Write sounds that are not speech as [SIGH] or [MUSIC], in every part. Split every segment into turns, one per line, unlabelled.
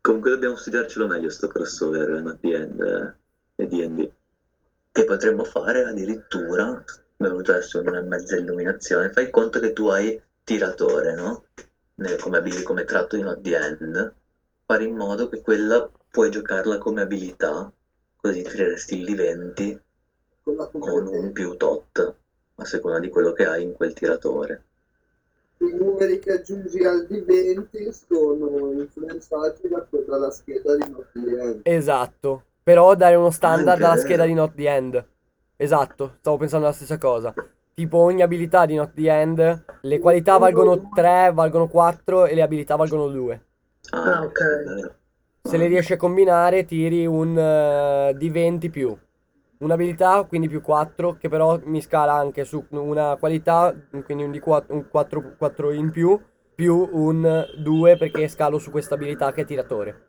Comunque dobbiamo studiarcelo meglio sto crossover
eh,
NPN e D&D.
Che potremmo fare addirittura, dovuto adesso una mezza illuminazione, fai conto che tu hai tiratore, no? Nel- come, abili- come tratto di un ADN, fare in modo che quella puoi giocarla come abilità, così tireresti il D20
con la
con
competenza.
un più tot, a seconda di quello che hai in quel tiratore.
I numeri che aggiungi al D20 sono influenzati da, dalla scheda di Nottingham.
Esatto. Però dare uno standard
Anche-
alla scheda di Not the End. Esatto, stavo pensando alla stessa cosa. Tipo ogni abilità di Not the End, le qualità valgono 3, valgono 4 e le abilità valgono 2.
Ah,
Ah,
ok.
ok.
Se le riesci a combinare tiri un eh, D20 più. Un'abilità, quindi più 4, che però mi scala anche su una qualità, quindi un D4, un 4, 4 in più, più un 2 perché scalo su questa abilità che è tiratore.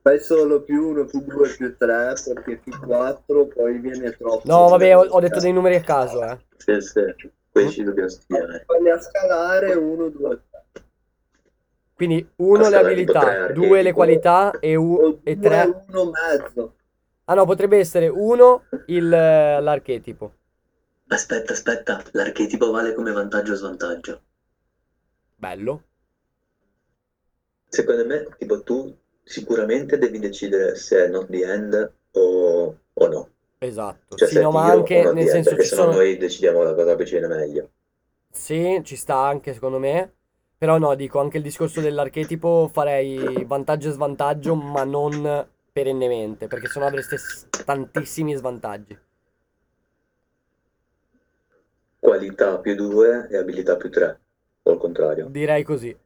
Fai solo più 1, più 2, più 3, perché più 4 poi viene troppo. Cioè,
No, vabbè, ho, ho detto dei numeri a caso, eh.
Sì, sì, poi ci dobbiamo studiare.
Falli a scalare 1, 2,
Quindi 1 le
Scala di
abilità,
potere,
2 le
tipo-
qualità e,
3.
u- e 3.
1 mezzo.
Ah no, potrebbe essere 1 l'archetipo.
Aspetta, aspetta, l'archetipo vale come vantaggio o svantaggio?
Bello.
Secondo me, tipo, tu sicuramente devi decidere se è not the end o, o no.
Esatto.
Cioè,
Sì,
se
no,
è
ma
tiro o
anche
not
nel
the end,
senso
perché
ci
sennò
sono...
noi decidiamo la cosa che ci viene meglio.
Sì, ci sta anche secondo me. Però no, dico, anche il discorso dell'archetipo farei vantaggio e svantaggio, ma non perennemente, perché sennò avreste s- tantissimi svantaggi.
Qualità più 2 e abilità più 3. O il contrario,
Direi così.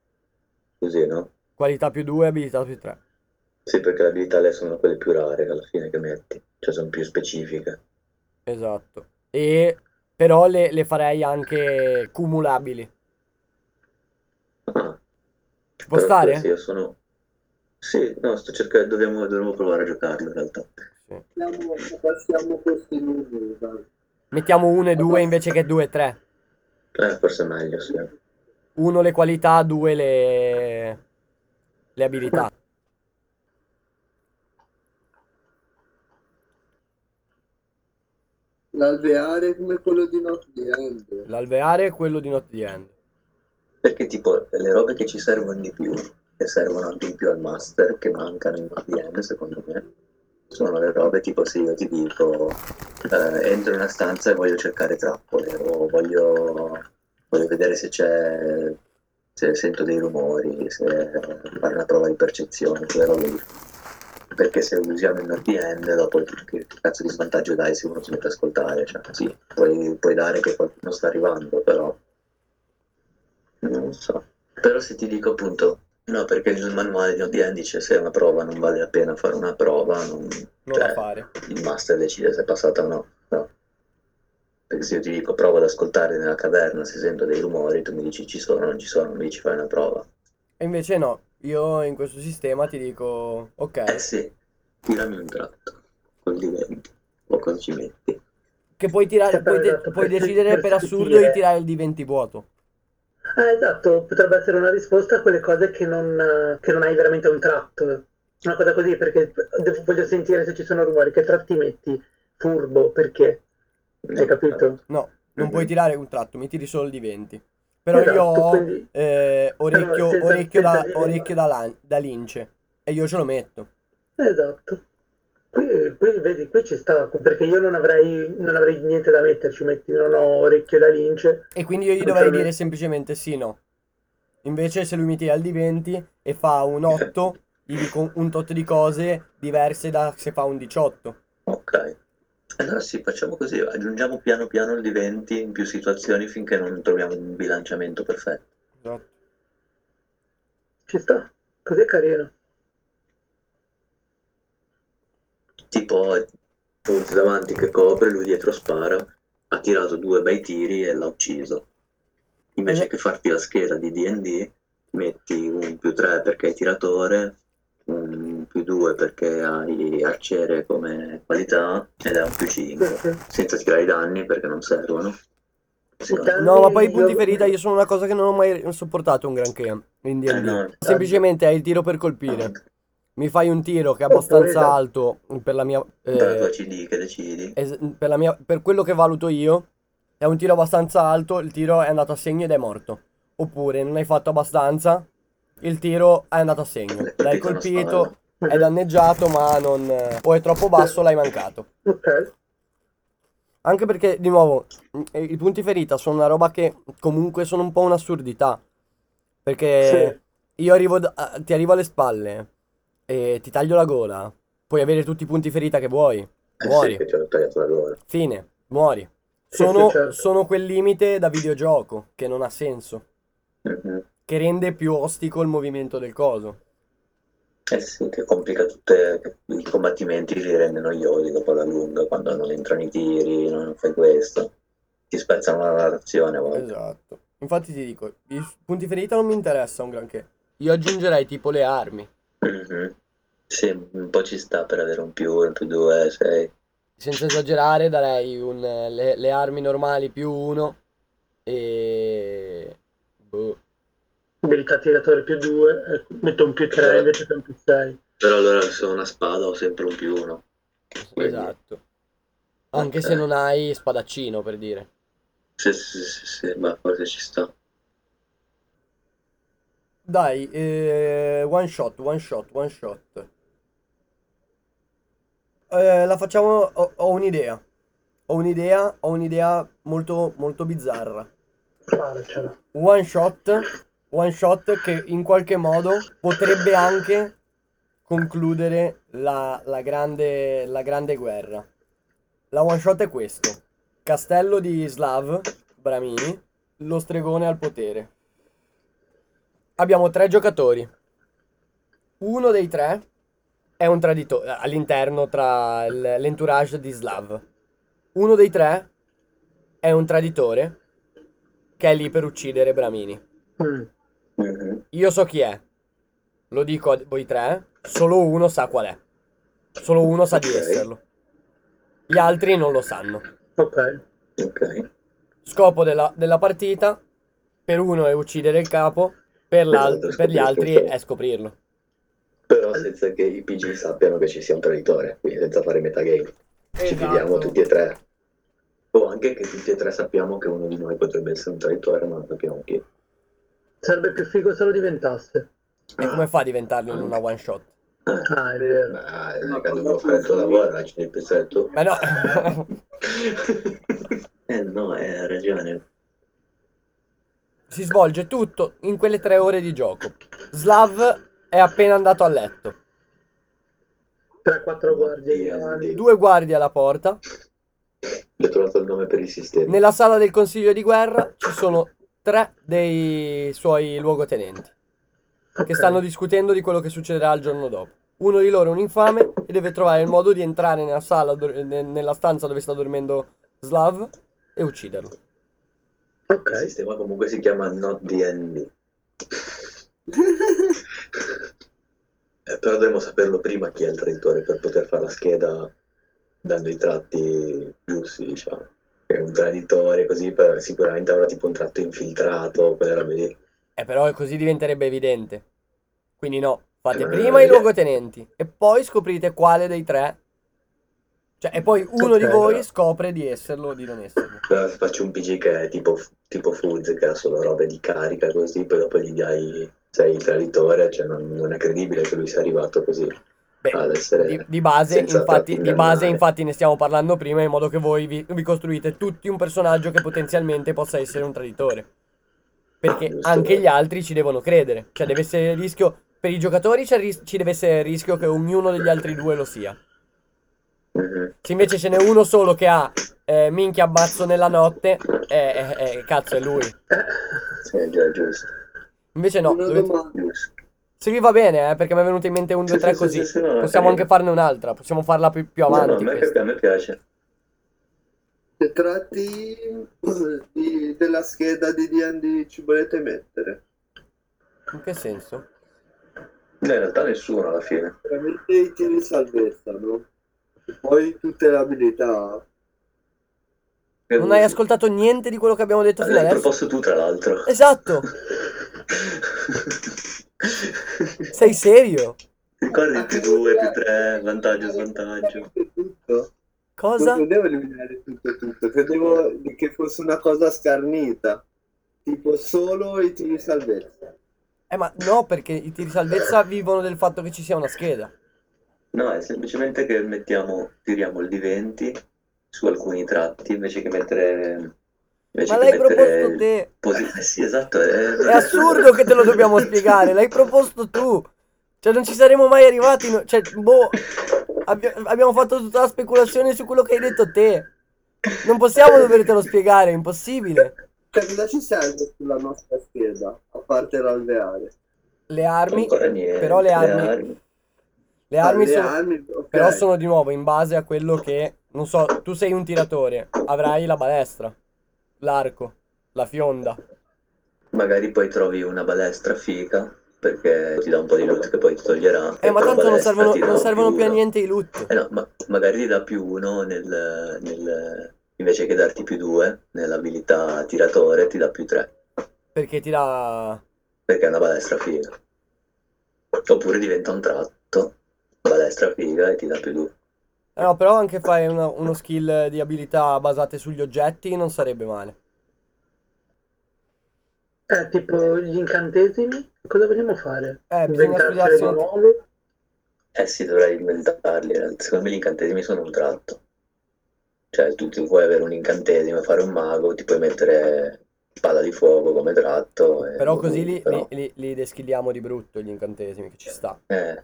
così, no?
Qualità più 2, abilità più 3.
Sì, perché le abilità le sono quelle più rare alla fine che metti, cioè sono più specifiche.
Esatto. E però le, le farei anche cumulabili.
Ah,
Ci può
però
stare?
sì, io sono... Sì, no, sto cercando, dobbiamo, dovremmo provare a giocarlo in realtà.
Sì.
Passiamo, passiamo questi numeri, dai.
Mettiamo 1 e 2 invece che 2 e 3.
Eh, forse è meglio, sì.
1 le qualità, 2 le... le abilità.
L'alveare è come quello di Nottingham.
L'alveare è quello di Not the End.
Perché tipo le robe che ci servono di più, che servono anche in più al master, che mancano in ADN secondo me, sono le robe tipo se io ti dico eh, entro in una stanza e voglio cercare trappole o voglio, voglio vedere se c'è, se sento dei rumori, se fare una prova di percezione, quelle robe lì. Perché se usiamo il ADN dopo che cazzo di svantaggio dai se uno si mette a ascoltare? Cioè, sì, puoi, puoi dare che qualcuno sta arrivando, però non so. Però se ti dico appunto, no, perché il manuale di ODN dice se è una prova non vale la pena fare una prova, non-
Non la
Cioè,
fare.
il master decide se è passata o no. no. Perché se io ti dico prova ad ascoltare nella caverna, se sento dei rumori, tu mi dici ci sono, non ci sono, mi dici fai una prova.
E invece no, io in questo sistema ti dico,
Eh
ok,
sì, tirami un tratto, col diventi, o cosa ci metti.
che puoi tirare, puoi, de-
Esatto,
puoi
per-
decidere
per
per assurdo
sentire.
di tirare il D20 vuoto.
Ah, esatto, potrebbe essere una risposta a quelle cose che non, eh, che non hai veramente un tratto. Una cosa così, perché devo- voglio sentire se ci sono rumori, che tratti metti? Furbo, perché? Hai capito?
No, non puoi
Mhm.
tirare un tratto, mi tiri solo il D20. Però io
Esatto,
ho
quindi-
eh, orecchio,
senza-
orecchio da,
senza-
orecchio da, lan- da lince e io ce lo metto.
Esatto. Qui, qui, vedi, qui ci sta, perché io non avrei, non avrei niente da metterci, metti, non ho orecchio da lince.
E quindi io gli
Ok.
dovrei dire semplicemente sì, no. Invece se lui mi tira il D20 e fa un 8, gli dico un tot di cose diverse da se fa un 18.
Ok. Allora sì, facciamo così, aggiungiamo piano piano il diventi in più situazioni finché non troviamo un bilanciamento perfetto.
Esatto.
Ci sta. Così è carino.
tipo Punz davanti che copre, lui dietro spara, ha tirato due bei tiri e l'ha ucciso. Invece
Eh.
che farti la scheda di D&D, metti un più 3 perché hai tiratore, un più 2 perché hai arciere come qualità ed è un più 5,
Perché
senza tirare i danni perché non servono. Secondo me.
No, ma poi i punti ferita io sono una cosa che non ho mai sopportato un granché in D&D.
Eh, no.
Semplicemente hai il tiro per colpire. mi fai un tiro che è abbastanza
Oppure-
alto per la mia... eh,
dalla tua CD che decidi.
es- per, la mia- per quello che valuto io, è un tiro abbastanza alto, il tiro è andato a segno ed è morto. Oppure non hai fatto abbastanza, il tiro è andato a segno.
L'hai
L'hai
colpito una
colpito,
spalla.
è danneggiato, ma non... eh, o è troppo basso, l'hai mancato.
Ok.
Anche perché, di nuovo, mh, eh, i punti ferita sono una roba che comunque sono un po' un'assurdità. Perché io arrivo da- a- ti arrivo alle spalle e ti taglio la gola. Puoi avere tutti i punti ferita che vuoi.
Eh
Muori.
sì, che ti hanno tagliato la gola.
Fine. Muori.
Sì, sì,
Sono,
certo.
sono quel limite da videogioco che non ha senso.
Mhm.
Che rende più ostico il movimento del coso.
Eh sì, che complica tutti i combattimenti, li rende noiosi dopo la lunga, quando non entrano i tiri, non fai questo. Ti spezzano la narrazione a volte.
Esatto. Infatti ti dico, i s- punti ferita non mi interessa un granché. Io aggiungerei tipo le armi.
Mhm. Sì, un po' ci sta per avere un più, un più due, sei.
senza esagerare, darei un, eh, le, le armi normali più uno e... boh.
Abilità tiratore più 2, metto un più 3 invece che un più 6.
Però allora se ho una spada ho sempre un più uno. Quindi-
Esatto. Anche
Ok.
se non hai spadaccino, per dire.
Sì, sì, sì, sì, ma forse ci sta.
Dai, eh, one shot, one shot, one shot. Eh, la facciamo... Ho, ho un'idea. Ho un'idea, ho un'idea molto, molto bizzarra.
Farcela.
One shot, one shot che in qualche modo potrebbe anche concludere la, la grande, la grande guerra. La one shot è questo. Castello di Slav, Bramini, lo stregone al potere. Abbiamo tre giocatori. Uno dei tre è un traditore all'interno tra il- l'entourage di Slav. Uno dei tre è un traditore che è lì per uccidere Bramini.
Mm.
Mhm.
Io so chi è. Lo dico a voi tre. eh. Solo uno sa qual è. Solo uno sa di
Ok.
esserlo. Gli altri non lo sanno.
Ok.
Ok.
Scopo della, della partita, per uno è uccidere il capo, per, l'al-
Esatto,
per gli
scoprire
altri
tutto.
è scoprirlo.
Però senza che i PG sappiano che ci sia un traditore, quindi senza fare metagame. Ci
Esatto.
Esatto. fidiamo tutti e tre. O anche che tutti e tre sappiamo che uno di noi potrebbe essere un traditore, ma non sappiamo chi. Eh,
Sarebbe più figo se lo diventasse.
E come fa a diventarlo in una one shot?
Ah, è vero.
Ma eh, quando devo fare il tuo lavoro, ci devi pensare tu.
Ma no,
[LAUGHS] Eh no, eh, hai ragione.
si svolge tutto in quelle tre ore di gioco. Slav è appena andato a letto.
3-4 guardie.
Oddio,
davanti.
oddio.
Due guardie alla porta.
Ho trovato il nome per il sistema.
Nella sala del consiglio di guerra ci sono tre dei suoi luogotenenti che
Ok.
stanno discutendo di quello che succederà il giorno dopo. Uno di loro è un infame e deve trovare il modo di entrare nella sala, do- ne- nella stanza dove sta dormendo Slav e ucciderlo.
Il
Ok.
sistema comunque si chiama Not D&D.
[LAUGHS]
Eh, però dovremmo saperlo prima chi è il traditore per poter fare la scheda dando i tratti giusti, diciamo. È un traditore così per- sicuramente avrà tipo un tratto infiltrato, quelle robe lì.
E Eh, però così diventerebbe evidente. Quindi no, fate
Eh,
prima i
eh.
luogotenenti e poi scoprite quale dei tre... Cioè, e poi uno di
Ok,
voi
però.
scopre di esserlo o di non esserlo.
Però se faccio un PG che è tipo, tipo Foods, che ha solo robe di carica così, poi dopo gli dai, sei il traditore, cioè non, non è credibile che lui sia arrivato così
Beh,
ad essere...
Di, di base,
Eh, senza
infatti,
tratti
di base,
ingannare.
infatti, ne stiamo parlando prima in modo che voi vi, vi costruite tutti un personaggio che potenzialmente possa essere un traditore. Perché
Ah, giusto,
anche
vero.
gli altri ci devono credere. Cioè, deve essere il rischio. Per i giocatori c'è il ris- ci deve essere il rischio che ognuno degli altri due lo sia.
Mhm.
Se invece ce n'è uno solo che ha eh, minchia abbazzo nella notte, eh, eh, eh, cazzo, è lui.
Sì, già, giusto,
Invece no,
Una
dovete-
domanda.
giusto.
se vi va bene, eh, perché mi è venuto in mente un, due,
Sì,
tre
sì,
così.
sì, sì, no, no,
Possiamo
carino.
anche farne un'altra, possiamo farla più, più
No, no,
avanti
a me,
questa.
a me piace.
Che tratti di- della scheda di D&D ci volete mettere?
In che senso?
No, in realtà nessuno alla fine.
Veramente i tiri di salvezza, no? E poi tutte le abilità.
Non hai ascoltato niente di quello che abbiamo detto fino
L'hai
adesso?
proposto tu, tra
[LAUGHS]
l'altro.
Esatto, sei serio?
Ah,
Ricordi più 2, più 3, vantaggio, svantaggio.
Tutto.
Cosa?
Non devo eliminare tutto tutto, credevo che fosse una cosa scarnita. Tipo solo i tiri di salvezza.
Eh ma no, perché i tiri salvezza vivono del fatto che ci sia una scheda.
No, è semplicemente che mettiamo, tiriamo il D20 su alcuni tratti invece che mettere... Invece che
Ma l'hai
mettere
proposto te.
posi- eh sì, esatto. È,
È assurdo che te lo dobbiamo
[LAUGHS]
spiegare, l'hai proposto tu. Cioè non ci saremmo mai arrivati, no- cioè boh, abbi- abbiamo fatto tutta la speculazione su quello che hai detto te. Non possiamo dovertelo spiegare, è impossibile.
Cioè, cosa ci serve sulla nostra scheda, a parte l'alveare?
Le armi,
Ancora niente,
però le armi- le armi
Ah, le
sono...
armi, ok.
Però sono di nuovo in base a quello che, non so, tu sei un tiratore, avrai la balestra, l'arco, la fionda.
Magari poi trovi una balestra figa perché ti dà un po' di loot che poi ti toglierà.
Eh, ma
e con la
tanto non
balestra
servono,
ti dà
non servono più a
uno.
niente i loot.
Eh no, ma magari ti dà più uno nel, nel- invece che darti più due nell'abilità tiratore, ti dà più tre,
Perché ti dà...
perché è una balestra figa. Oppure diventa un tratto, balestra figa e ti dà più due.
Eh no, però anche fare una- uno skill di abilità basate sugli oggetti non sarebbe male.
Eh, tipo gli incantesimi, cosa vogliamo fare?
Eh, bisogna
Inventarcene
studiarsi
di
un att-
nuovi?
Eh sì, dovrai inventarli, eh. secondo me gli incantesimi sono un tratto. Cioè tu ti puoi avere un incantesimo e fare un mago, ti puoi mettere spada di fuoco come tratto. e- boh,
Però così li,
Eh, però-
li- li- li deskilliamo di brutto gli incantesimi, che ci sta.
Eh,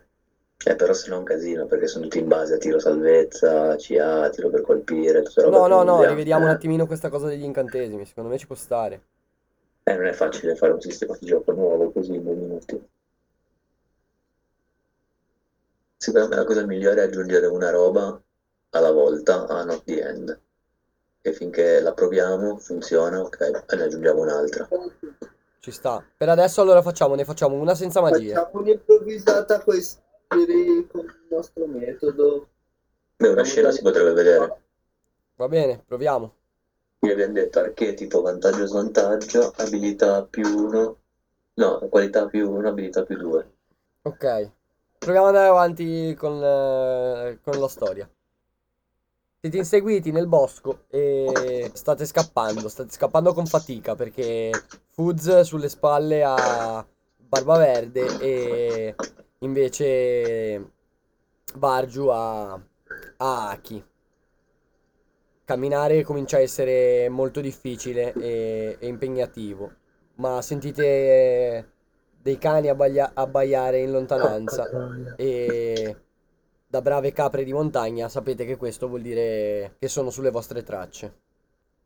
eh, però se no è un casino, perché sono tutti in base a tiro salvezza, CA, tiro per colpire, tutta roba
No,
che
no,
non
no,
abbiamo.
rivediamo un
Eh,
attimino questa cosa degli incantesimi, secondo me ci può stare.
eh, non è facile fare un sistema di gioco nuovo così in due minuti. Secondo me la cosa migliore è aggiungere una roba alla volta a Not the End. E finché la proviamo, funziona, ok, e ne aggiungiamo un'altra.
Ci sta. Per adesso allora facciamo, ne facciamo una senza magie.
Facciamo un'improvvisata con i tiri con il nostro metodo.
Beh, una scena si potrebbe vedere.
Va bene, proviamo.
Quindi abbiamo detto archetipo, vantaggio, svantaggio, abilità più 1, no, qualità più 1, abilità più 2.
Ok. Proviamo ad andare avanti con, eh, con la storia. Siete inseguiti nel bosco e state scappando, state scappando con fatica perché Foods sulle spalle ha Barbaverde e invece Bargiu ha, ha Aki. Camminare comincia a essere molto difficile e, e impegnativo, ma sentite dei cani abbaglia- abbaiare in lontananza
Porca troia.
e da brave capre di montagna sapete che questo vuol dire che sono sulle vostre tracce.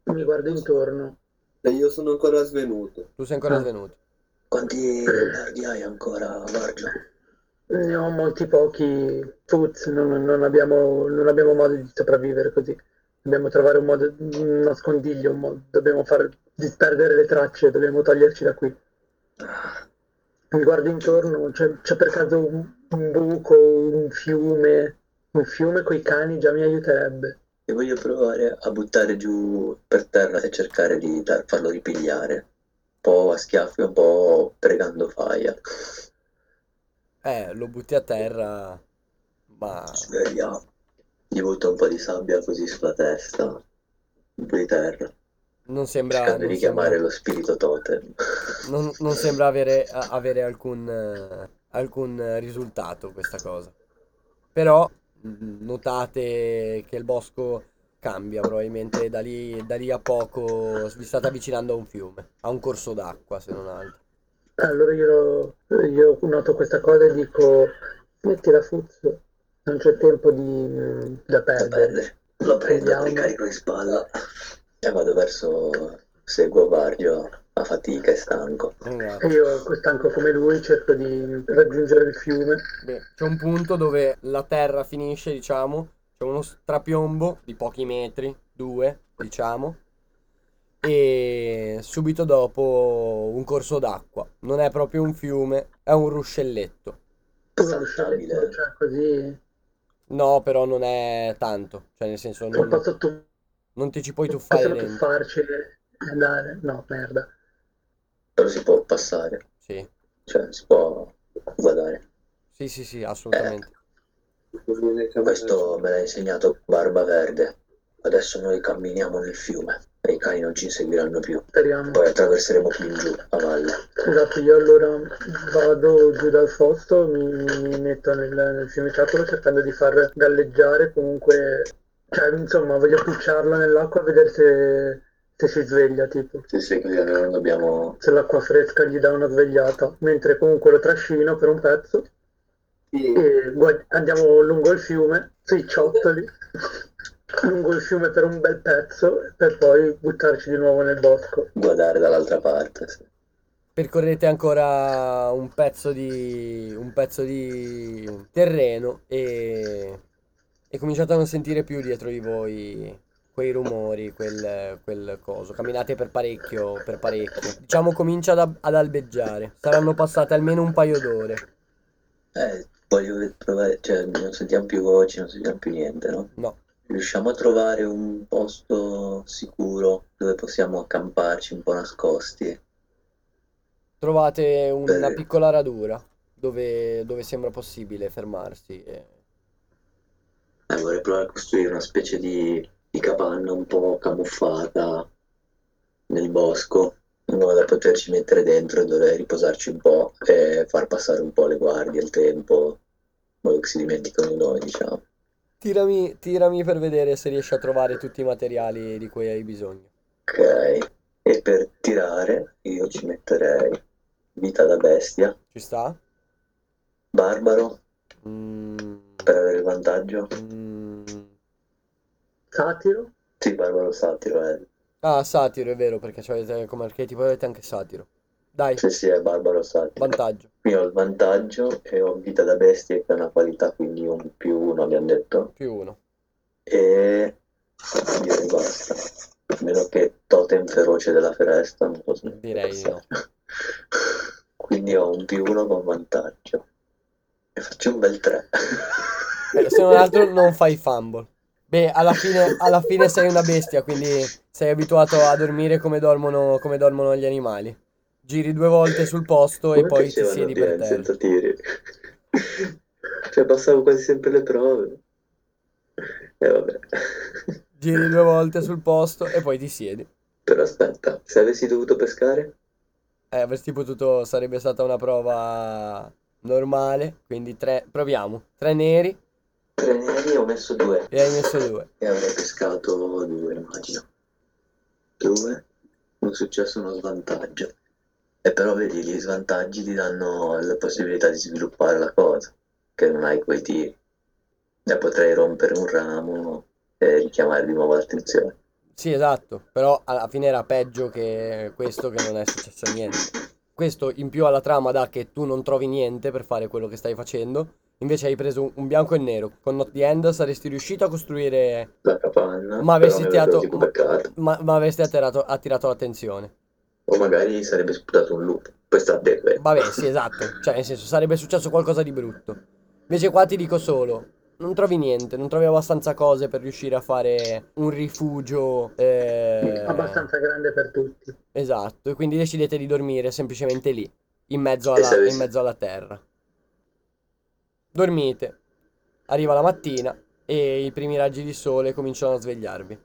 Mi guardo intorno.
E Cioè, io sono ancora svenuto.
Tu sei ancora
Ah.
svenuto.
[CLEARS THROAT] Quanti miliardi hai ancora, Vargio?
Ne ho molti pochi foods, non, non abbiamo, non abbiamo modo di sopravvivere così. Dobbiamo trovare un modo, un nascondiglio, un modo- dobbiamo far disperdere le tracce, dobbiamo toglierci da qui. Mi guardo intorno, c'è, c'è per caso un, un buco, un fiume, un fiume coi cani già mi aiuterebbe.
E voglio provare a buttare giù per terra e cercare di dar- farlo ripigliare. Un po' a schiaffi, un po' pregando faia.
Eh, lo butti a terra, ma
Svegliamo. Gli butto un po' di sabbia così sulla testa, un po' di terra,
non sembra,
cercando
non
di chiamare
sembra,
lo spirito totem.
non- non sembra avere, a- avere alcun, eh, alcun eh, risultato questa cosa. Però mh, notate che il bosco cambia, probabilmente da lì, da lì a poco vi state avvicinando a un fiume, a un corso d'acqua se non altro.
Allora io, io noto questa cosa e dico, mettila Fuzzo, non c'è tempo di, da
da
perdere.
perdere. Lo prendo,
Vediamo.
mi carico di spalla e vado verso. Seguo Vargio a fatica e stanco.
Non guarda.
E Io, stanco come lui, cerco di raggiungere il fiume.
Beh, c'è un punto dove la terra finisce, diciamo, c'è uno strapiombo di pochi metri, due, diciamo, e subito dopo un corso d'acqua. Non è proprio un fiume, è un ruscelletto.
Tu non riuscivi,
Saltabile.
cioè, così,
No, però non è tanto, cioè nel senso
non
non,
posso tu-
non ti ci puoi tuffare
possiamo
dentro.
tuffarci e andare. No, merda.
Però si può passare,
Sì,
cioè si può guardare.
Sì, sì, sì, assolutamente.
Questo me l'ha insegnato Barba Verde. Adesso noi camminiamo nel fiume e i cani non ci inseguiranno più.
Speriamo.
Poi attraverseremo più in giù, a valle.
Esatto, io allora vado giù dal fosso, mi, mi metto nel, nel fiumicacolo cercando di far galleggiare comunque, cioè insomma voglio pucciarla nell'acqua a vedere se, se si sveglia, tipo,
Sì, sì, così almeno non dobbiamo...
se l'acqua fresca gli dà una svegliata, mentre comunque lo trascino per un pezzo
Mm.
e guad- andiamo lungo il fiume, sui ciottoli, [LAUGHS] lungo il fiume per un bel pezzo per poi buttarci di nuovo nel bosco.
guardare dall'altra parte. sì.
Percorrete ancora un pezzo di, un pezzo di terreno e, e cominciate a non sentire più dietro di voi quei rumori, quel, quel coso. Camminate per parecchio, per parecchio. Diciamo comincia ad, ad albeggiare. Saranno passate almeno un paio d'ore.
Eh, voglio trovare, cioè non sentiamo più voci, non sentiamo più niente, no?
No.
Riusciamo a trovare un posto sicuro dove possiamo accamparci un po' nascosti.
Trovate una
Bene.
piccola radura dove, dove sembra possibile fermarsi. e-
Eh, vorrei provare a costruire una specie di, di capanna un po' camuffata nel bosco, in modo da poterci mettere dentro, dove riposarci un po' e far passare un po' le guardie, il tempo, in modo che si dimenticano di noi, diciamo.
Tirami, tirami per vedere se riesci a trovare tutti i materiali di cui hai bisogno.
Ok, e per tirare io ci metterei vita da bestia,
Ci sta?
barbaro
Mm,
per avere il vantaggio.
mm.
Satiro?
Sì, barbaro satiro, eh.
Ah, satiro, è vero, perché c'avete come archetipo avete anche satiro. Dai,
Sì, sì, è barbaro satiro.
vantaggio.
Io ho il vantaggio e ho vita da bestia che è una qualità, quindi un più uno, abbiamo detto.
Più uno.
E direi basta. A meno che totem feroce della foresta, non posso
Direi di no.
[LAUGHS] Quindi ho un più uno con vantaggio. E faccio un bel 3.
Eh, se non altro non fai fumble. Beh, alla fine, alla fine sei una bestia, quindi sei abituato a dormire come dormono, come dormono gli animali. Giri due volte sul posto e
Come
poi ti
piacevano
siedi
dire
per terra.
senza tiri. [LAUGHS] Cioè, passavo quasi sempre le prove. E vabbè. [LAUGHS]
Giri due volte sul posto e poi ti siedi.
Però aspetta, se avessi dovuto pescare,
Eh, avresti potuto, sarebbe stata una prova normale, quindi tre, proviamo. Tre neri
tre neri ho messo due.
e hai messo due.
E avrei pescato due, immagino. Due, un successo e uno svantaggio. E però vedi, gli svantaggi ti danno la possibilità di sviluppare la cosa, che non hai quei tiri. E potrei rompere un ramo e richiamare di nuovo l'attenzione.
Sì, esatto, però alla fine era peggio che questo che non è successo niente. Questo in più alla trama dà che tu non trovi niente per fare quello che stai facendo, invece hai preso un- un bianco e nero. Con Not the End saresti riuscito a costruire,
La capanna,
Ma
però
avessi
mi
tirato-
avrebbero tipo beccato.
ma, ma avresti attirato, attirato l'attenzione.
O magari sarebbe sputato un lupo. Questa deve.
Vabbè,
[LAUGHS]
sì, esatto, cioè nel senso sarebbe successo qualcosa di brutto. Invece qua ti dico solo, non trovi niente, non trovi abbastanza cose per riuscire a fare un rifugio eh,
abbastanza grande per tutti.
Esatto, e quindi decidete di dormire semplicemente lì, in mezzo
E
alla,
se avessi-
in mezzo alla terra. Dormite, arriva la mattina e i primi raggi di sole cominciano a svegliarvi.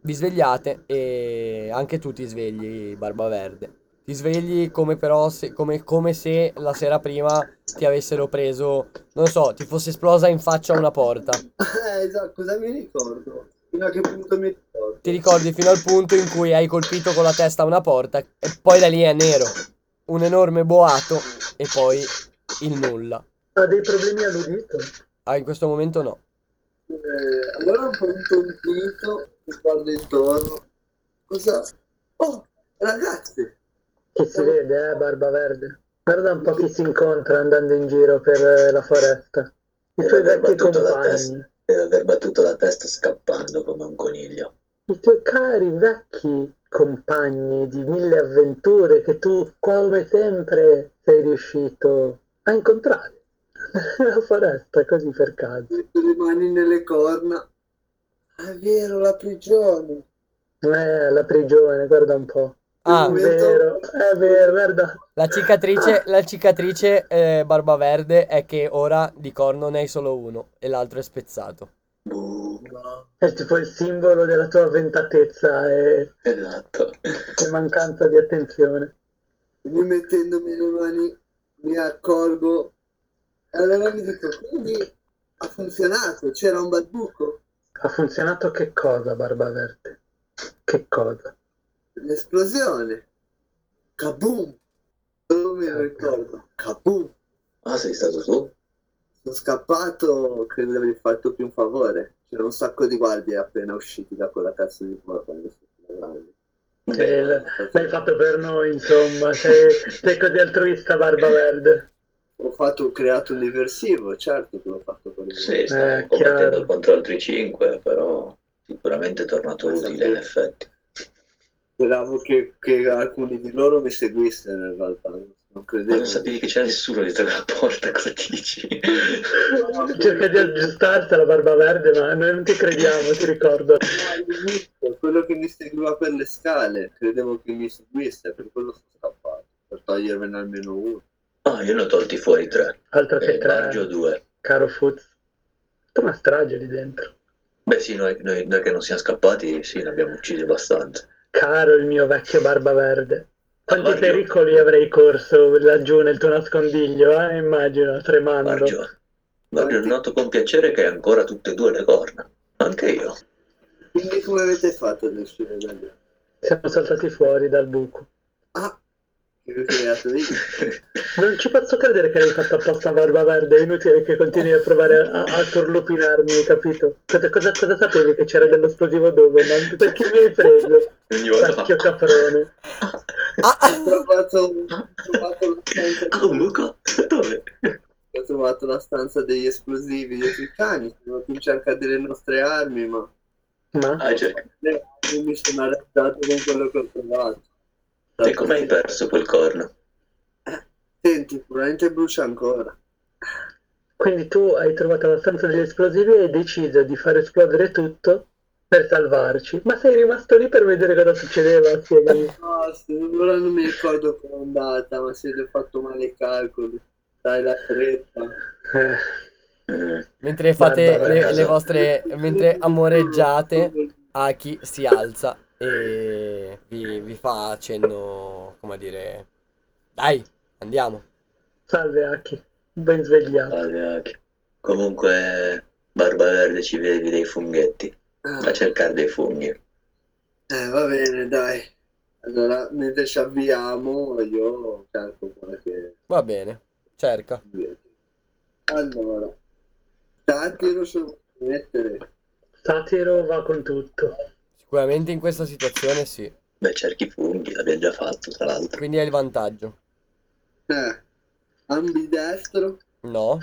Vi svegliate e anche tu ti svegli, Barba Verde. Ti svegli come però se, come, come se la sera prima ti avessero preso, non so, ti fosse esplosa in faccia una porta.
Eh, esatto, cosa mi ricordo? Fino a che punto mi ricordo?
Ti ricordi fino al punto in cui hai colpito con la testa una porta e poi da lì è nero. Un enorme boato e poi il nulla.
Ha dei problemi all'udito.
Ah, in questo momento no.
Eh, allora ho punto un dito, mi guardo intorno. Cosa? Oh, ragazzi!
Chi si vede, eh, Barba Verde. Guarda un po' chi si incontra andando in giro per eh, la foresta. I
Eh,
tuoi
vabbè,
vecchi
battuto la
compagni.
Deve aver battuto la testa scappando come un coniglio.
I tuoi cari vecchi compagni di mille avventure che tu, come sempre, sei riuscito a incontrare. [LAUGHS] Nella foresta, così per caso.
Metto le mani nelle corna. Ah, È vero, la prigione.
Eh, la prigione, guarda un po'.
Ah,
È vero, è vero, guarda.
la cicatrice, la cicatrice eh, barba verde è che ora di corno ne hai solo uno e l'altro è spezzato.
Boh,
È tipo il simbolo della tua avventatezza e,
esatto.
e mancanza di attenzione.
rimettendomi le mani mi accorgo e allora mi dico quindi ha funzionato c'era un bel buco
Ha funzionato che cosa, Barba Verde? Che cosa?
l'esplosione kaboom non me lo ricordo kaboom
Ah, sei stato tu?
sono scappato credo di avergli fatto più un favore c'era un sacco di guardie appena usciti da quella cazzo di qua quando sono grandi.
Bel- L'hai Eh, fatto per noi, insomma. Sei, sei così altruista, Barba Verde.
ho fatto ho creato un diversivo certo che l'ho fatto con il
Sì,
Eh,
stavo
chiaro.
combattendo contro altri 5, però sicuramente è tornato
Esatto.
utile in effetti.
speravo che, che alcuni di loro mi seguissero in realtà non
Ma
credevo
non sapevi che c'era nessuno dietro la porta, [LAUGHS] cosa ti dici?
Cerca di aggiustartela, Barba Verde, ma noi non ti crediamo, ti ricordo.
all'inizio, quello che mi seguiva per le scale, credevo che mi seguisse, per quello sono scappato, per togliermene almeno uno.
No, io ne ho tolti fuori tre,
Altro che
e
tre,
Eh, Maggio due.
caro Fuz. Tutta una strage lì dentro.
Beh sì, noi, noi- noi che non siamo scappati, sì, ne abbiamo uccisi abbastanza.
Caro il mio vecchio Barba Verde. Quanti
Maggio.
pericoli avrei corso laggiù nel tuo nascondiglio, eh? Immagino, tremando.
Maggio, Maggio, noto con piacere che hai ancora tutte e due le corna. Anche io.
Quindi come avete fatto ad uscire da lì?
Siamo saltati fuori dal buco.
Ah, che ho creato io.
Non ci posso credere che l'hai fatto apposta Barba Verde, è inutile che continui a provare a, a turlupinarmi, capito? Cosa, cosa, cosa sapevi che c'era dell'esplosivo dove? Ma perché mi hai preso?
[LAUGHS] Ogni volta
Cacchio
fa... [LAUGHS]
caprone.
Ho
Ah, [LAUGHS]
trovato, ho trovato la stanza,
Ah, un buco? Dove?
ho trovato la stanza degli esplosivi dietro i cani, sono andato in cerca delle nostre armi, ma
Ma
Ah, cioè,
le armi mi sono arrestato con quello che ho trovato.
e come hai perso quel corno?
Eh, Senti, sicuramente brucia ancora.
quindi tu hai trovato la stanza degli esplosivi e hai deciso di far esplodere tutto per salvarci. Ma sei rimasto lì per vedere cosa succedeva, spiegami.
No, sì, ora non mi ricordo come è andata, ma siete fatto male i calcoli. Dai la fretta.
Eh,
Mm.
mentre fate
Barba
le,
Verde.
le vostre, mentre amoreggiate, Aki si alza e vi, vi fa cenno, come dire, dai, andiamo.
salve Aki, ben svegliato.
Vabbè, ok. Comunque, Barba Verde ci vedi dei funghetti. A
Ah,
cercare dei funghi.
eh, va bene, dai. Allora, mentre ci avviamo, io cerco qualche...
Va bene, cerca.
Allora, tanti lo so mettere.
Satiro va con tutto.
Sicuramente in questa situazione sì,
Beh, cerchi i funghi, l'abbiamo già fatto, tra
[LAUGHS]
l'altro.
quindi hai il vantaggio.
Eh, ambidestro.
No?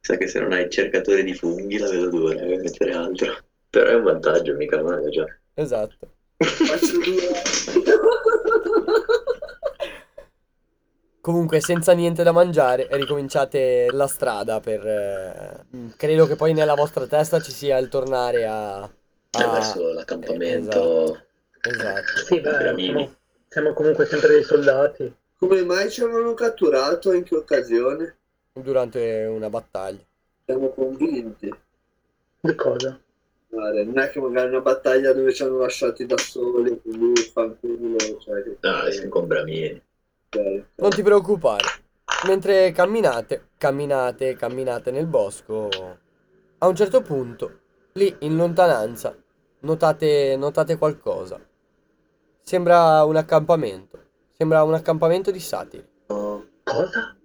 Sa che se non hai il cercatore di funghi la vedo dura, devi mettere altro. Però è un vantaggio, mica male già.
Esatto.
Faccio
[LAUGHS]
due...
Comunque, senza niente da mangiare, ricominciate la strada per... eh, mm, credo che poi nella vostra testa ci sia il tornare a...
È
a-
verso l'accampamento.
Ah, Esatto.
Sì, beh,
Gramini.
siamo, siamo comunque sempre dei soldati.
Come mai ci avevano catturato? In che occasione?
Durante una battaglia.
Siamo convinti.
Di cosa?
Guarda, non è che magari una battaglia dove ci hanno lasciati da soli, quindi fanculo, cioè che
Ah, siamo con Bramini.
cioè,
Non ti preoccupare. Mentre camminate, camminate, camminate nel bosco, a un certo punto, lì in lontananza, notate, notate qualcosa. Sembra un accampamento. Sembra un accampamento di satiri.
Oh,
Cosa?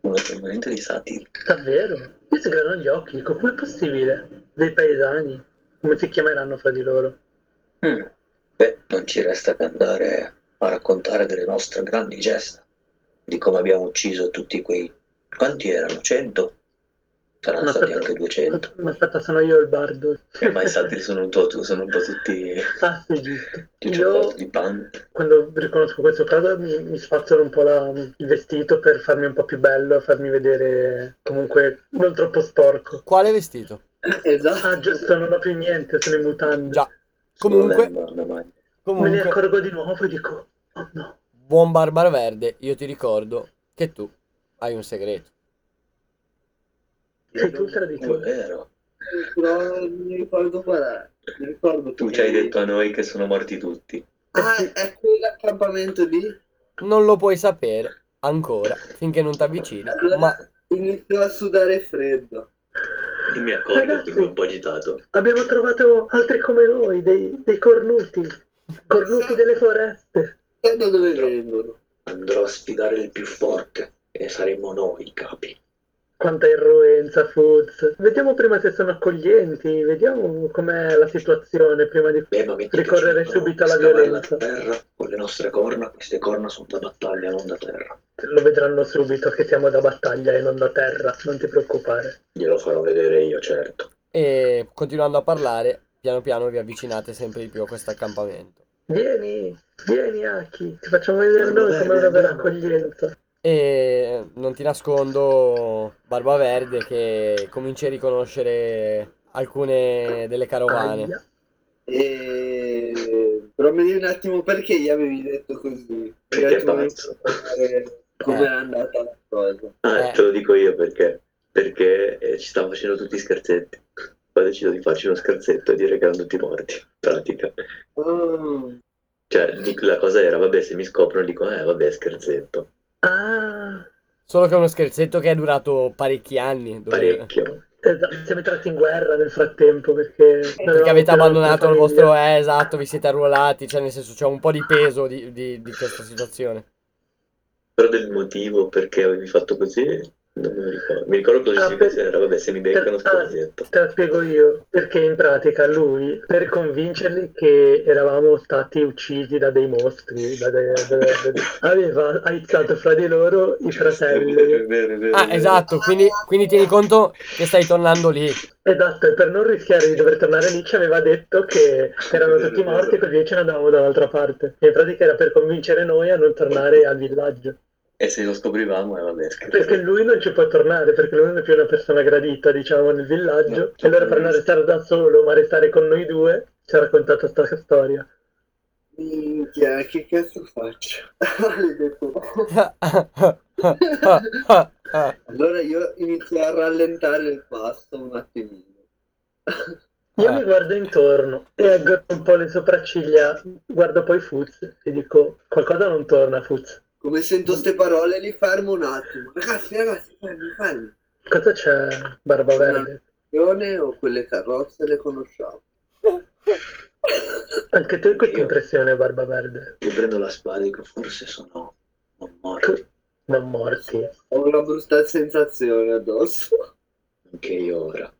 Un accampamento di satiri.
Davvero? Io si grano gli occhi, dico, com'è possibile? Dei paesani, come si chiameranno fra di loro?
Mm. Beh, non ci resta che andare a raccontare delle nostre grandi gesta, di come abbiamo ucciso tutti quei... Quanti erano? 100? Saranno
No,
stati Ah,
aspetta.
anche Eh, 200.
Ma aspetta, sono io il bardo.
Ormai i
[LAUGHS]
satiri sono un, po' tu- sono un po' tutti...
Ah, sì, giusto.
tutti un
Io,
po' di pan.
quando riconosco questo caso, mi, mi spazzolo un po' la- il vestito per farmi un po' più bello, farmi vedere comunque non troppo sporco.
Quale vestito?
[LAUGHS] esatto.
Ah, giusto, non ho più niente, sono in mutande.
Già. Comunque,
Una maglia.
Me ne
Comunque,
accorgo di nuovo e dico, oh no.
buon Barbara Verde, io ti ricordo che tu hai un segreto.
Sei tu che lo dici.
Oh, È vero.
Però non mi ricordo qual è. Mi ricordo
Tu
che-
ci hai detto a noi che sono morti tutti.
Ah, è quell'accampamento lì?
Non lo puoi sapere ancora finché non ti avvicini,
Allora
ma
inizio a sudare freddo.
E mi accorgo che sono un po' agitato.
Abbiamo trovato altri come noi, dei, dei cornuti. Cornuti delle foreste.
E da dove vengono?
Andrò a sfidare il più forte e saremo noi i capi.
Quanta irruenza, Foods. Vediamo prima se sono accoglienti, vediamo com'è la situazione prima di
Beh, ma metti che
ricorrere
ci dobbiamo
subito alla
scavare
violenza.
La terra con le nostre corna, queste corna sono da battaglia, non da terra.
Lo vedranno subito che siamo da battaglia e non da terra, non ti preoccupare.
Glielo farò vedere io, certo.
e continuando a parlare, piano piano vi avvicinate sempre di più a questo accampamento.
Vieni, vieni Aki, ti facciamo vedere noi come una vera accoglienza.
E non ti nascondo, Barba Verde, che cominci a riconoscere alcune delle carovane.
Aia.
E... Però mi devi un attimo perché gli avevi detto così.
Perché è
tu mi
pazzo.
come è andata la
[LAUGHS]
cosa.
Ah,
Eh.
te lo dico io perché. Perché eh, ci stanno facendo tutti i scherzetti. Ho deciso di farci uno scherzetto e dire che erano tutti morti. in Pratica.
Oh,
Cioè, dico- la cosa era, vabbè, se mi scoprono dico, eh, vabbè, scherzetto.
Ah,
Solo che è uno scherzetto che è durato parecchi anni, dove-
Parecchio.
esatto, siamo entrati in guerra nel frattempo perché...
perché avete abbandonato il vostro... Eh, esatto, vi siete arruolati, cioè nel senso c'è un po' di peso di, di- di questa situazione.
Però del motivo perché avevi fatto così, non me lo ricordo. Mi ricordo che la
Ah,
giustificazione
per-
era, vabbè, se mi beccano
per- ah.
scherzetto.
Te la spiego io, perché in pratica lui, per convincerli che eravamo stati uccisi da dei mostri, da dei- da- da- da- aveva aizzato fra di loro i
eh.
fratelli.
Ah, esatto, quindi, quindi tieni conto che stai tornando lì. [LAUGHS]
Esatto, e per non rischiare di dover tornare lì ci aveva detto che erano tutti morti e così ce ne andavamo dall'altra parte. E in pratica era per convincere noi a non tornare al villaggio.
E se lo scoprivamo, eh, vabbè, scherzetto.
Perché lui non ci può tornare, perché lui non è più una persona gradita, diciamo, nel villaggio.
No,
e allora per non restare da solo, ma restare con noi due, ci ha raccontato sta storia.
minchia, che cazzo faccio? [LAUGHS] Maledetto. allora io inizio a rallentare il passo un attimino.
Io
Ah.
mi guardo intorno e aggrondo un po' le sopracciglia, guardo poi Fuz e dico qualcosa non torna Fuz.
Come sento queste parole li fermo un attimo. Ragazzi, ragazzi, fermi, fermi.
Cosa c'è Barba Verde?
Leone o quelle carrozze le conosciamo.
Anche tu hai questa
Io.
impressione Barba Verde,
Io prendo la spada e dico, forse sono non morti.
non morti.
Ho una brutta sensazione addosso.
Anche io ora.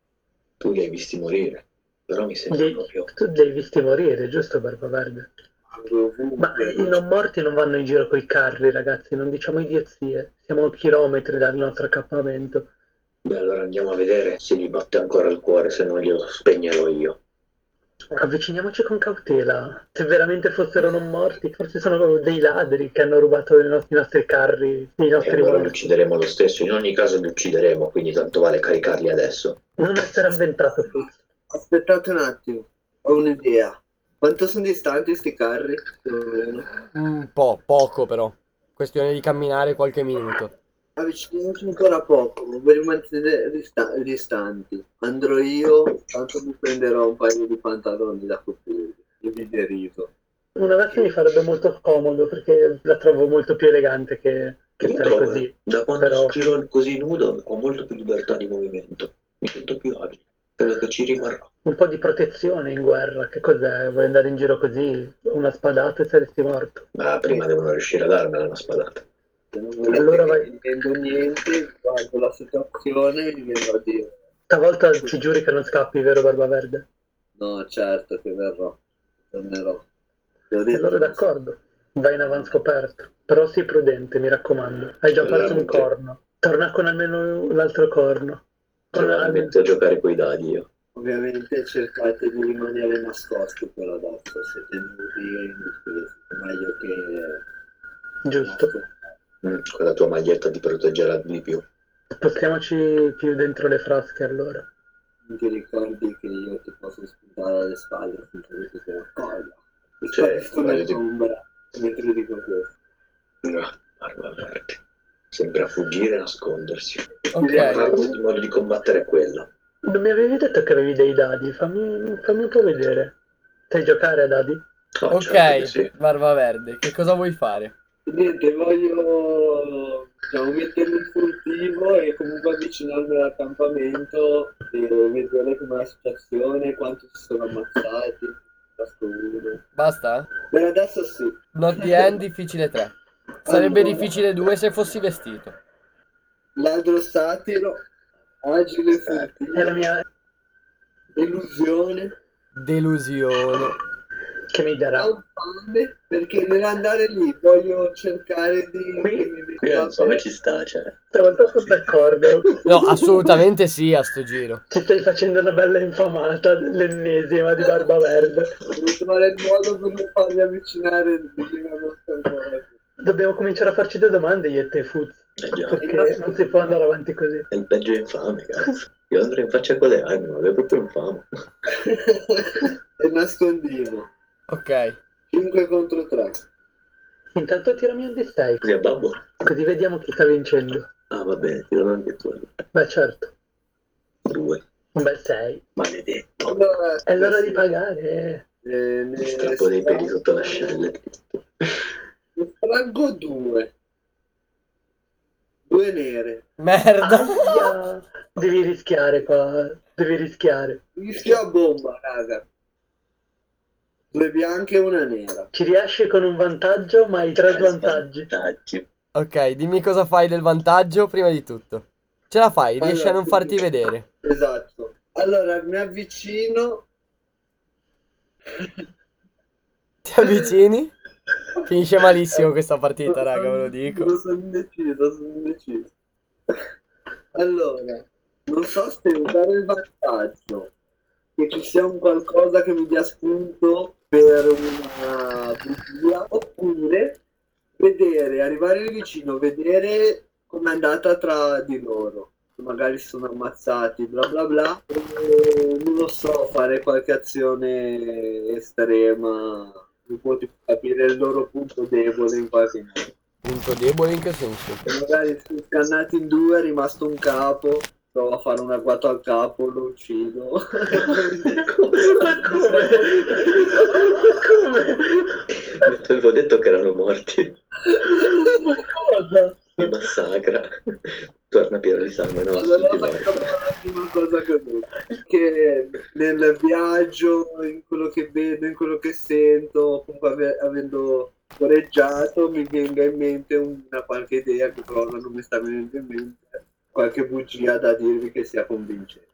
Tu li hai visti morire, però mi sembra
Li-
proprio...
tu li hai visti morire, giusto Barba Verde? Ma i non morti non vanno in giro coi carri ragazzi, non diciamo idiozie, siamo chilometri dal nostro accappamento.
Beh, allora andiamo a vedere se gli batte ancora il cuore, se no glielo spegnerò io.
Avviciniamoci con cautela. Se veramente fossero non morti, forse sono dei ladri che hanno rubato i nostri, i nostri carri, i
E
nostri
allora li
morti.
uccideremo lo stesso, in ogni caso li uccideremo, quindi tanto vale caricarli adesso.
Non essere avventato Fuz.
Aspettate un attimo, ho un'idea. Quanto sono distanti sti carri? più o meno?
Un po', poco però. Questione di camminare qualche minuto.
Avviciniamoci ancora poco, voi rimanete dista- distanti. Andrò io, tanto mi prenderò un paio di pantaloni da coprire e vi derido.
Una veste mi farebbe molto comodo perché la trovo molto più elegante che, che
Io
stare
trovo,
così.
eh, da quando
però-
giro così nudo ho molto più libertà di movimento, mi sento più agile, credo che ci rimarrò.
Un po' di protezione in guerra, che cos'è? Vuoi andare in giro così? Una spadata e saresti morto.
Ma prima devono riuscire a darmela una spadata.
Se non volete
Allora vai.
che intendo niente, guardo la situazione e vi vengo a dire.
Stavolta ti giuri che non scappi, vero Barba Verde?
No, certo che verrò, tornerò. Te l'ho
E
detto,
allora d'accordo, vai in avanscoperto. Però sii prudente, mi raccomando. Hai già perso un
Veramente.
corno. Torna con almeno un altro corno. Con
Sono
almeno...
veramente a giocare coi dadi io.
Ovviamente cercate di rimanere nascosti per adesso, siete nudi e indifesi, meglio
Certo.
che...
Giusto.
Mm, con la tua maglietta ti proteggerà di più.
Spostiamoci più dentro le frasche allora.
Non ti ricordi che io ti posso spuntare alle spalle finché tu ti accorga.
Cioè,
Sto
voglio
nella
dire,
ombra, mentre dico questo.
no, guarda, veramente. Ah, Sembra fuggire e nascondersi. Ah,
Ok.
Il modo di combattere è quello.
Non mi avevi detto che avevi dei dadi, fammi, fammi un po' vedere. Sai giocare a dadi?
No,
Ok,
certo che sì.
Barba Verde, che cosa vuoi fare?
Niente, voglio diciamo, mettermi in furtivo e comunque avvicinarmi all'accampamento e vedere come è la situazione, quanti si sono ammazzati. Basta uno.
Basta?
Per adesso sì.
Not the end, difficile 3. Sarebbe
Allora.
difficile 2 se fossi vestito.
Ladro satiro, agile furtivo,
È la mia
illusione,
Delusione.
che mi darà.
campane, perché nell'andare lì voglio cercare di...
Qui?
che mi
Qui non so, ma ci sta, cioè.
Stavolta sono d'accordo.
No, assolutamente sì a sto giro.
Ci stai facendo una bella infamata, l'ennesima di Barba Verde.
Devo trovare il modo per non farmi avvicinare di prima nostra [LAUGHS] cosa.
Dobbiamo cominciare a farci due domande io e te, Fuz.
Eh già,
Perché non si può andare avanti così.
è il peggio infame, cazzo. Io andrei in faccia con le anime, ma è proprio infame.
e nascondivo.
Ok.
5 contro 3.
Intanto tirami un D6,
Così a babbo?
così vediamo chi sta vincendo.
Ah, va bene, ti do anche tu. allora.
Beh, certo,
Due,
un bel 6.
maledetto.
Allora,
È l'ora di pagare.
eh, ne-
Mi strappo dei peli sotto l'ascella.
ne Fraggo 2. Due nere.
Merda.
Aia. Devi rischiare qua, devi rischiare.
Rischio a bomba, raga. Due bianche e una nera.
Ci riesci con un vantaggio, ma hai tre svantaggi.
Tacci.
Ok, dimmi cosa fai del vantaggio prima di tutto. Ce la fai, riesci a non
Allora,
farti vedere.
Esatto. Allora, mi avvicino.
Ti avvicini? Finisce malissimo questa partita, raga, ve lo dico.
Sono indeciso, sono indeciso. Allora, non so se usare il vantaggio, che ci sia un qualcosa che mi dia spunto per una bugia, oppure vedere, arrivare lì vicino, vedere com'è andata tra di loro. Magari si sono ammazzati, bla bla bla. E non lo so, fare qualche azione estrema, un po' di capire il loro punto debole in qualche modo.
Punto debole in che senso?
E magari sono scannati in due, è rimasto un capo, provo a fare un agguato al capo, lo uccido.
[LAUGHS] Ma come?
[LAUGHS]
Come?
Ti avevo detto che erano morti.
Ma cosa?
Mi massacra. [LAUGHS] Torna pieno di sangue, no?
Allora
tutti
facciamo
morti.
la prima cosa che ho detto. Che nel viaggio, in quello che vedo, in quello che sento, comunque ave- avendo coreggiato, mi venga in mente una qualche idea che però non mi sta venendo in mente, qualche bugia da dirvi che sia convincente.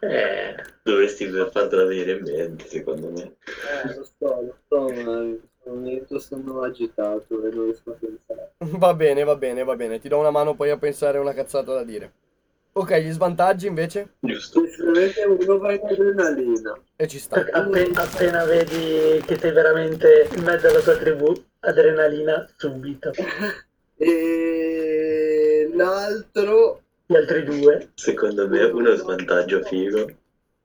Eh, dovresti aver fatto venire in mente, secondo me.
Eh, lo so, lo so, ma in questo momento sono agitato e non riesco a pensare.
[LAUGHS] Va bene, va bene, va bene. Ti do una mano poi a pensare a una cazzata da dire. Ok, gli svantaggi invece?
Giusto.
Sicuramente uno va in adrenalina.
E ci sta.
Perché Appena, appena vedi che sei veramente in mezzo alla tua tribù, adrenalina subito.
E l'altro
Gli altri due,
Secondo me uno è svantaggio figo.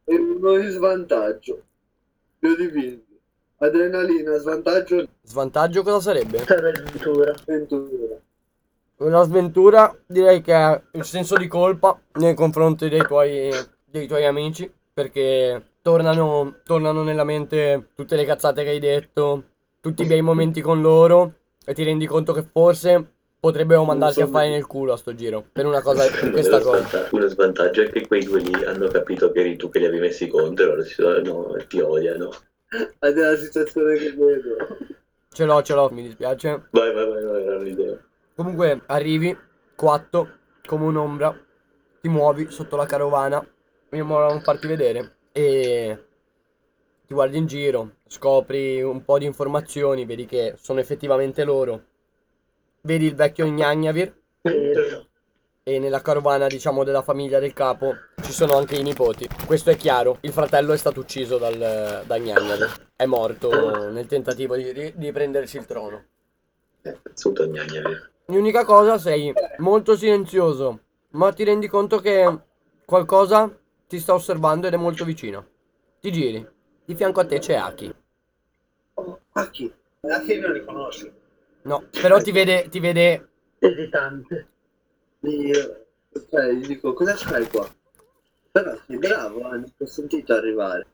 è uno in svantaggio. Io dividi. Adrenalina, svantaggio,
Svantaggio cosa sarebbe?
serve l'avventura.
avventura.
La sventura direi che è il senso di colpa nei confronti dei tuoi, dei tuoi amici perché tornano, tornano nella mente tutte le cazzate che hai detto, tutti i bei momenti con loro e ti rendi conto che forse potrebbero mandarti a fare nel culo a sto giro per una cosa, per questa
Uno
cosa.
svanta- Uno svantaggio è che quei due lì hanno capito che eri tu che li avevi messi contro e loro si sono, no, ti odiano.
Ed è la situazione che vedo.
Ce l'ho, ce l'ho, mi dispiace.
Vai, vai, vai, vai, era un'idea.
Comunque arrivi, quatto, come un'ombra, ti muovi sotto la carovana, mi muovo a non farti vedere e ti guardi in giro, scopri un po' di informazioni, vedi che sono effettivamente loro. Vedi il vecchio Gnagnavir
Vero.
e nella carovana, diciamo, della famiglia del capo ci sono anche i nipoti. Questo è chiaro, il fratello è stato ucciso dal, da Gnagnavir, è morto nel tentativo di- di- di prendersi il trono.
Eh, Assunto gnagna via.
L'unica cosa sei molto silenzioso, ma ti rendi conto che qualcosa ti sta osservando ed è molto vicino. Ti giri, di fianco a te c'è Aki.
A chi?
La che non li conosci.
No, però ti vede, ti vede
esitante.
Io, ok, gli dico, cosa fai qua? Però sei bravo, eh, non ti ho sentito arrivare.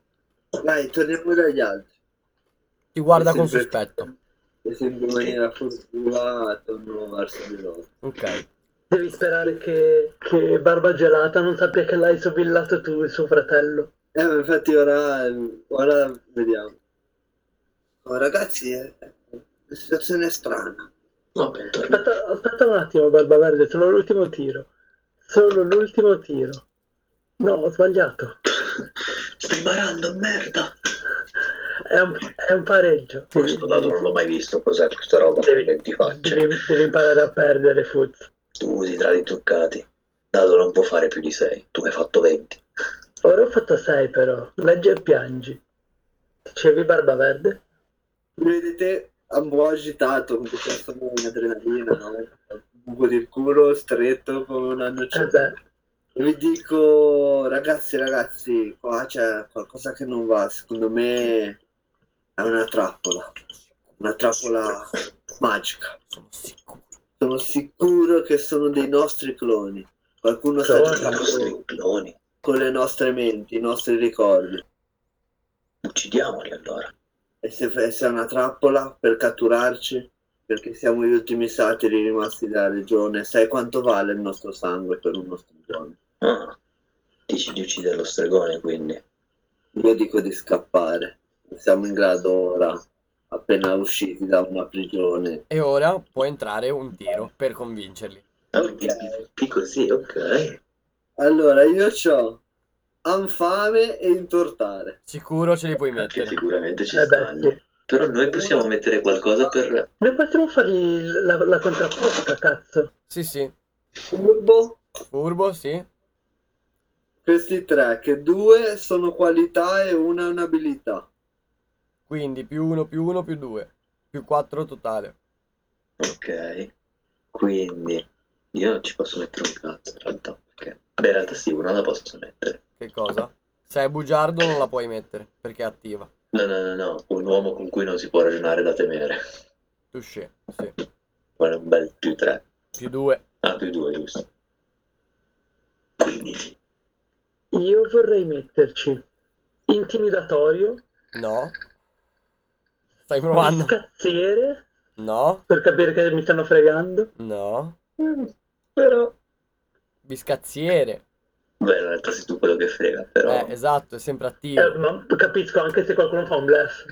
Vai, torniamo dagli altri.
ti guarda con
Sempre-
sospetto.
E sempre in maniera furtiva torno verso di loro.
Ok.
Devi sperare che, che Barba Gelata non sappia che l'hai sobillato tu, il suo fratello.
Eh, ma infatti ora, ora vediamo. Oh, ragazzi, eh, la situazione è strana.
Vabbè, torna.
Aspetta, aspetta un attimo, Barba Verde, solo l'ultimo tiro. Solo l'ultimo tiro. No, ho sbagliato. [LAUGHS]
Stai barando, merda!
È un, è un pareggio. Devi,
Questo dato non l'ho mai visto, cos'è questa roba?
Devi-
Che ti faccia.
devi- devi imparare a perdere, Fuz.
Tu usi dadi truccati. Dato non può fare più di 6, tu ne hai fatto 20.
Ora ho fatto 6 però. Leggi e piangi. Dicevi Barba Verde?
Mi vedete un po' agitato, con questa forma di adrenalina, no? Un buco di culo stretto come un anno
Eh beh,
E vi dico, ragazzi, ragazzi, qua c'è qualcosa che non va. Secondo me è una trappola. Una trappola magica.
Sono sicuro.
Sono sicuro che sono dei nostri cloni. Qualcuno sta
Cloni?
I
giocando
nostri cloni.
con le nostre menti, i nostri ricordi.
Uccidiamoli allora.
E se, e se è una trappola per catturarci, perché siamo gli ultimi satiri rimasti dalla legione, sai quanto vale il nostro sangue per uno stregone?
Ah, dici di uccidere lo stregone, quindi.
Io dico di scappare. Siamo in grado ora, appena usciti da una prigione.
E ora può entrare un tiro per convincerli.
Ah, Ok, così, ok.
Allora, io ho anfame e intortare.
Sicuro ce li puoi
Che
mettere.
sicuramente ci
eh beh,
stanno.
sì.
Però noi possiamo mettere qualcosa per...
Noi possiamo fargli la, la contrapposta, cazzo.
Sì, sì.
Furbo,
Furbo, sì.
questi tre, che due sono qualità e una è un'abilità.
Quindi più uno, più uno, più due. Più quattro totale.
Ok. Quindi... Io non ci posso mettere un cazzo, in realtà. Perché... Beh, in realtà sì, una la posso mettere.
Che cosa? Se è bugiardo non la puoi mettere perché è attiva.
No, no, no, no. Un uomo con cui non si può ragionare da temere. [LAUGHS]
Touché, sì.
Guarda, un bel più 3.
Più due.
Ah, più 2, giusto. 15.
Io vorrei metterci intimidatorio,
No. Stai provando?
scazziere,
No.
per capire che mi stanno fregando.
No.
Però
Biscazziere.
Beh, in realtà sei tu quello che frega, però...
Eh, esatto, è sempre
eh,
attivo.
ma capisco anche se qualcuno fa un bluff.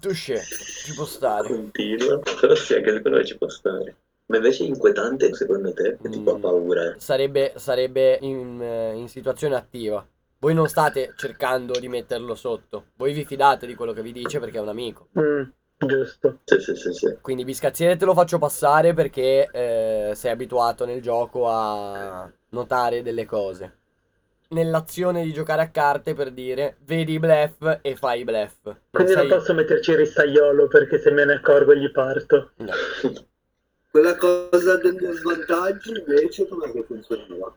Touché, ci può stare.
Continua, però sì, anche secondo me ci può stare. Ma invece inquietante, secondo te, che tipo ha
Mm.
paura? eh.
Sarebbe, sarebbe in, eh, in situazione attiva. Voi non state cercando di metterlo sotto. Voi vi fidate di quello che vi dice perché è un amico.
Mm, giusto.
Sì, sì, sì, sì.
Quindi biscazziere te lo faccio passare perché eh, sei abituato nel gioco a notare delle cose. Nell'azione di giocare a carte, per dire, vedi i bluff e fai i bluff. Non
Quindi
sei-
non posso metterci il ristaiolo perché se me ne accorgo gli parto.
No.
Quella cosa dello svantaggio invece com'è che funzionava?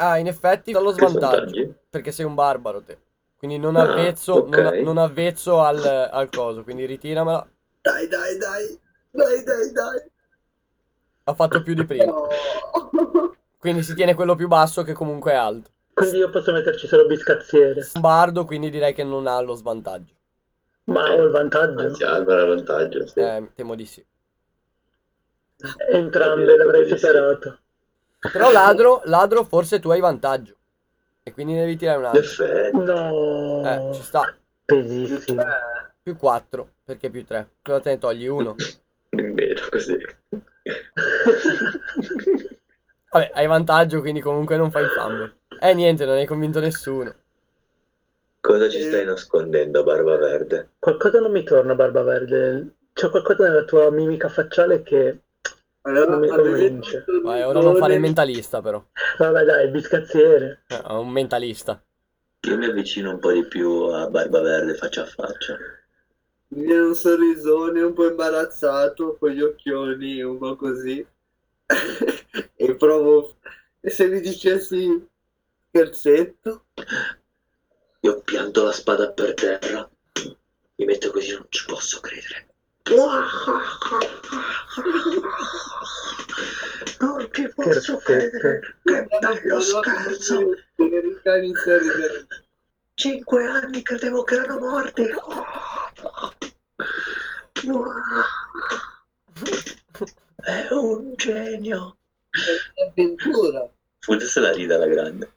Ah, in effetti dallo
Che
svantaggio,
svantaggi?
perché sei un barbaro te. Quindi non
Ah,
avvezzo, non,
ok.
non avvezzo al, al coso, quindi ritiramela.
Dai, dai, dai, dai, dai, dai.
Ha fatto più di prima.
No.
Quindi si tiene quello più basso che comunque è alto.
Quindi io posso metterci solo biscazziere.
Un bardo, quindi direi che non ha lo svantaggio.
Ma ho il
Anzi,
vantaggio.
Alvaro ha vantaggio, sì.
Eh, temo di sì.
Entrambe l'avrei superato.
Però ladro, ladro forse tu hai vantaggio. E quindi ne devi tirare un
In
altro.
effetti,
Mm. No.
Eh, ci sta. [LAUGHS]
Pesissimo.
Eh,
Più 4, perché più 3. Cosa te ne togli? 1.
nemmeno così.
Vabbè, hai vantaggio, quindi comunque non fai il fumble. Eh, niente, non hai convinto nessuno.
Cosa ci stai nascondendo, Barba Verde?
Qualcosa non mi torna, Barba Verde. C'è qualcosa nella tua mimica facciale che
Allora,
Non mi
avete
convince.
visto il
Vai, ora non fare il
leone?
mentalista, però.
Vabbè dai, biscazziere.
Eh, è un mentalista.
Io mi avvicino un po' di più a Barba Verde faccia a faccia.
Mi viene un sorrisone un po' imbarazzato, con gli occhioni un po' così. [LAUGHS] e provo. E se mi dicessi scherzetto?
Io pianto la spada per terra. Mi metto così, non ci posso credere. Non ci posso credere. Che bello scherzo.
Federica inizia a ridere.
Cinque anni credevo che erano morti. È un genio.
È un'avventura.
Forse se la ride alla grande.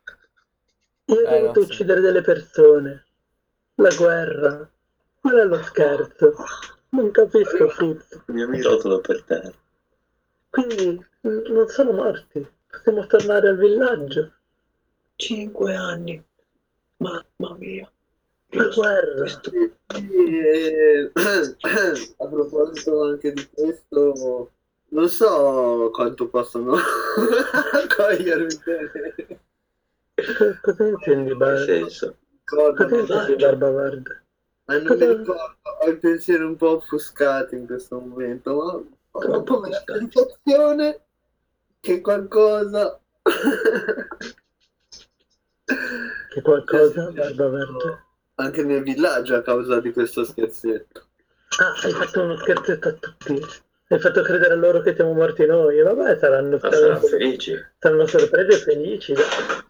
Io ho
Eh,
dovuto
no, sì.
uccidere delle persone. La guerra. Qual è lo scherzo? Non capisco Fitz.
Mi amico rotolo per terra.
Quindi n- non sono morti. Possiamo tornare al villaggio.
Cinque anni. Mamma mia.
La guerra.
Questo-
E- eh, [CLEARS THROAT] a proposito anche di questo, non so quanto possono [LAUGHS] cogliermi bene.
Co- Cosa intendi,
Nel
Barba?
senso.
Ricordo,
Cosa
ma
intendi, Barba Verde?
non mi ricordo, ho il pensiero un po' offuscato in questo momento, ma ho un po' la sensazione che qualcosa...
Che
[LAUGHS]
qualcosa, Barba Verde?
Anche nel villaggio a causa di questo scherzetto.
Ah, hai fatto uno scherzetto a tutti. Hai fatto credere a loro che siamo morti noi. E vabbè, saranno,
Ma Ah, saranno
saranno-
felici.
saranno sorpresi e felici.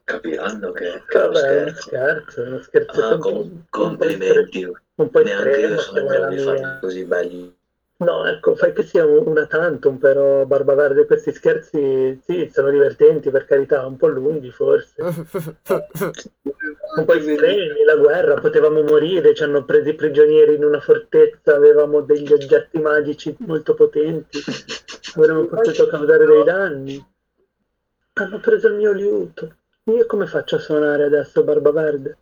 Capiranno che, che è uno
Vabbè, è uno
scherzo.
scherzo, è uno scherzetto
Ah,
un po'- un
com-
po'
complimenti.
Un po'
Neanche io
estremo,
sono in
come la
grado di
mia.
farli così belli.
No, ecco, fai che sia un- una tantum, però Barba Verde, questi scherzi sì, sono divertenti per carità, un po' lunghi forse, un po' estremi, la guerra, potevamo morire, ci hanno presi prigionieri in una fortezza, avevamo degli oggetti magici molto potenti, avremmo potuto causare dei danni. Hanno preso il mio liuto. Io come faccio a suonare adesso Barba Verde?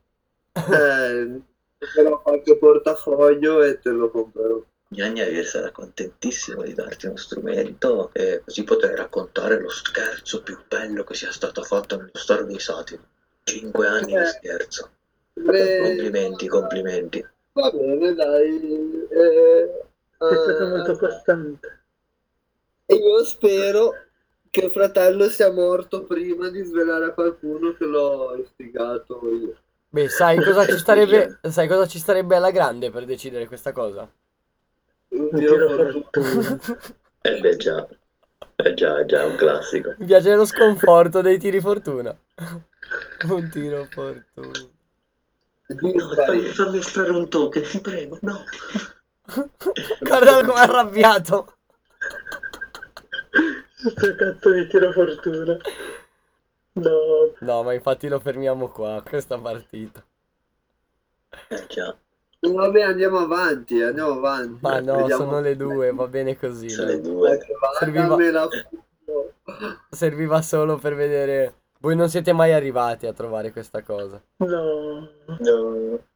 Eh, però qualche portafoglio e te lo compro.
Gnagna Vir sarà contentissimo di darti uno strumento e così potrai raccontare lo scherzo più bello che sia stato fatto nella storia dei satiri. Cinque anni
Eh.
di scherzo.
Le-
Complimenti, complimenti.
Eh, Va bene, dai. eh,
Sei
eh,
stato molto costante.
e io spero che il fratello sia morto prima di svelare a qualcuno che l'ho istigato io.
[LAUGHS] Beh, sai cosa ci
[LAUGHS]
starebbe, sai cosa ci starebbe alla grande per decidere questa cosa? [LAUGHS]
Un
Un
tiro
tiro
fortunato.
fortuna. [LAUGHS]
Eh beh già, è già, è già un classico.
Mi piace lo sconforto dei tiri fortuna. [LAUGHS] Un tiro fortuna. [LAUGHS]
Dio sbagli.
fammi stare un token, ti prego, no.
Guardalo come è arrabbiato.
Questo cazzo di tiro fortuna. No,
No, ma infatti lo fermiamo qua, questa partita.
Eh già,
Vabbè, andiamo avanti, andiamo avanti.
Ma no,
Vediamo Eh,
sono le due, va bene così.
sono le
dai.
due.
che vada,
Serviva-
me la fumo.
Serviva solo per vedere. Voi non siete mai arrivati a trovare questa cosa.
no.
No.